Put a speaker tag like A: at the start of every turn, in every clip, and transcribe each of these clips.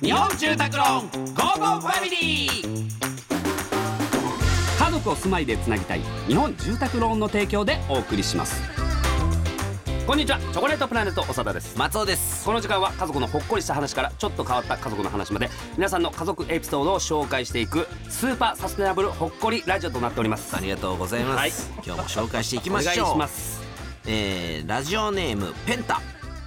A: 日本住宅ローンゴーゴーファミリー家族を住まいでつなぎたい日本住宅ローンの提供でお送りしますこんにちはチョコレートプラネット長田です
B: 松尾です
A: この時間は家族のほっこりした話からちょっと変わった家族の話まで皆さんの家族エピソードを紹介していくスーパーサステナブルほっこりラジオとなっております
B: ありがとうございます、今日も紹介していきましょう
A: お願いします
B: えーラジオネームペンタ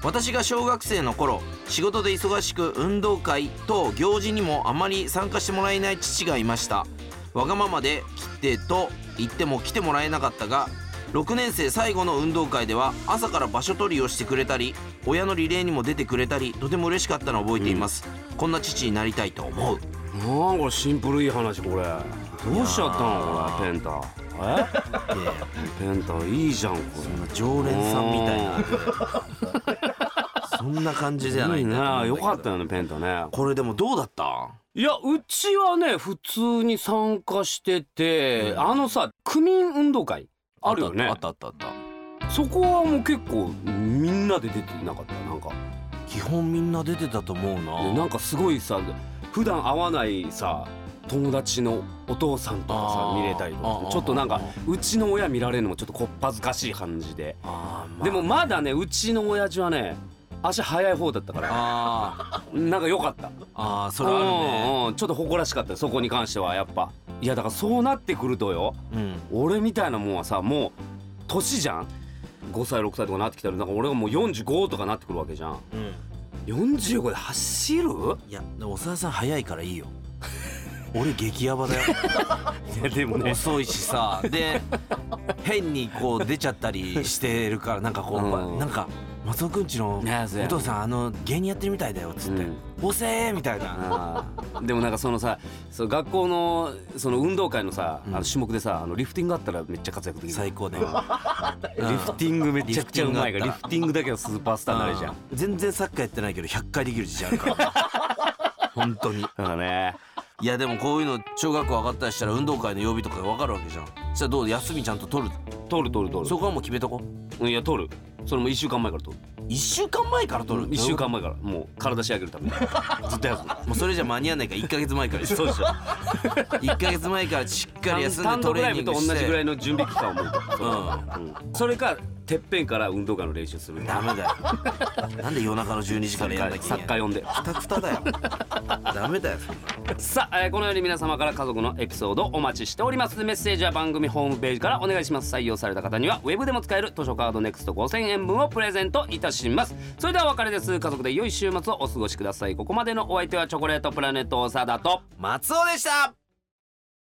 B: 私が小学生の頃仕事で忙しく運動会と行事にもあまり参加してもらえない父がいましたわがままで来てと言っても来てもらえなかったが6年生最後の運動会では朝から場所取りをしてくれたり親のリレーにも出てくれたりとても嬉しかったのを覚えています、こんな父になりたいと思う
A: なんこれシンプルいい話これどうしちゃったのこれペンタえペンタいいじゃんこれ
B: 常連さんみたいなそんな感じじゃない
A: い
B: んだと思うんだ
A: ね
B: け
A: よ
B: ど
A: かったよねペンタね
B: これでもどうだった
A: いやうちはね普通に参加してて、あのさ区民運動会あるよね
B: あったあったあったあっ
A: そこはもう結構みんなで出てなかったなんか
B: た基本みんな出てたと思う
A: で
B: な
A: なんかすごいさ普段会わないさ友達のお父さんとか
B: あ
A: さ
B: ー
A: 見れたりと
B: あ
A: か
B: ー
A: ちょっとなん
B: あ
A: か
B: ー
A: うちの親見られるのもちょっとこっぱずかしい感じで、
B: あーまあ
A: でもまだねうちの親父はね足早い方だったから
B: あ
A: なんか良かった
B: ーあーそれあるね
A: うんうんちょっと誇らしかったそこに関してはやっぱいやだからそうなってくるとよ
B: うん
A: 俺みたいなもんはさもう年じゃん5歳6歳とかなってきたらなんか俺がもう45とかなってくるわけじゃん45で走る
B: いやでもおささん早いからい いよ俺激ヤバだよ
A: いやでも ね
B: 遅いしさで変にこう出ちゃったりしてるからなんかこう、
A: うん
B: なんか松尾くんちの
A: ねえそうや
B: お父さんあの芸人やってるみたいだよっつって
A: うん
B: 「おせえ!」みたいな
A: あーでもなんかそのさそう学校のその運動会のさ、
B: うん
A: あの種目でさあのリフティングあったらめっちゃ活躍できる
B: 最高だよ
A: リフティングめちゃくちゃうまいからリ
B: リフ
A: フティングだけはスーパースターになるじゃん
B: うん全然サッカーやってないけど100回できる自信あるから 本当に
A: だからね
B: いやでもこういうの小学校上がったりしたら運動会の曜日とか分かるわけじゃんそしたらどう休みちゃんと取る
A: 取る取る取
B: そこはもう決めとこ
A: るいや取るそれも1週間前から取る
B: 1週間前から取る
A: 1週間前からもう体仕上げるため にずっとやる
B: もうそれじゃ間に合わないから1か月前か ら
A: そうで しょ
B: 1か月前からしっかり休ん
A: 単
B: でト
A: 独
B: レ
A: ラ
B: ー
A: イ
B: ニン
A: ブ
B: グ
A: と同
B: して
A: じぐらいの準備期間を設けてうんそれかてっぺんから運動会の練習する
B: ダメだよなんで夜中の12時からやんなきゃいけ
A: サ
B: ない
A: ッカー呼んで
B: くたくただよダ メだよそんな
A: さあ、えーこのように皆様から家族のエピソードをお待ちしておりますメッセージは番組ホームページからお願いします採用された方にはウェブでも使える図書カードネクスト5000円分をプレゼントいたしますそれではお別れです家族で良い週末をお過ごしくださいここまでのお相手はチョコレートプラネット長田と
B: 松尾でした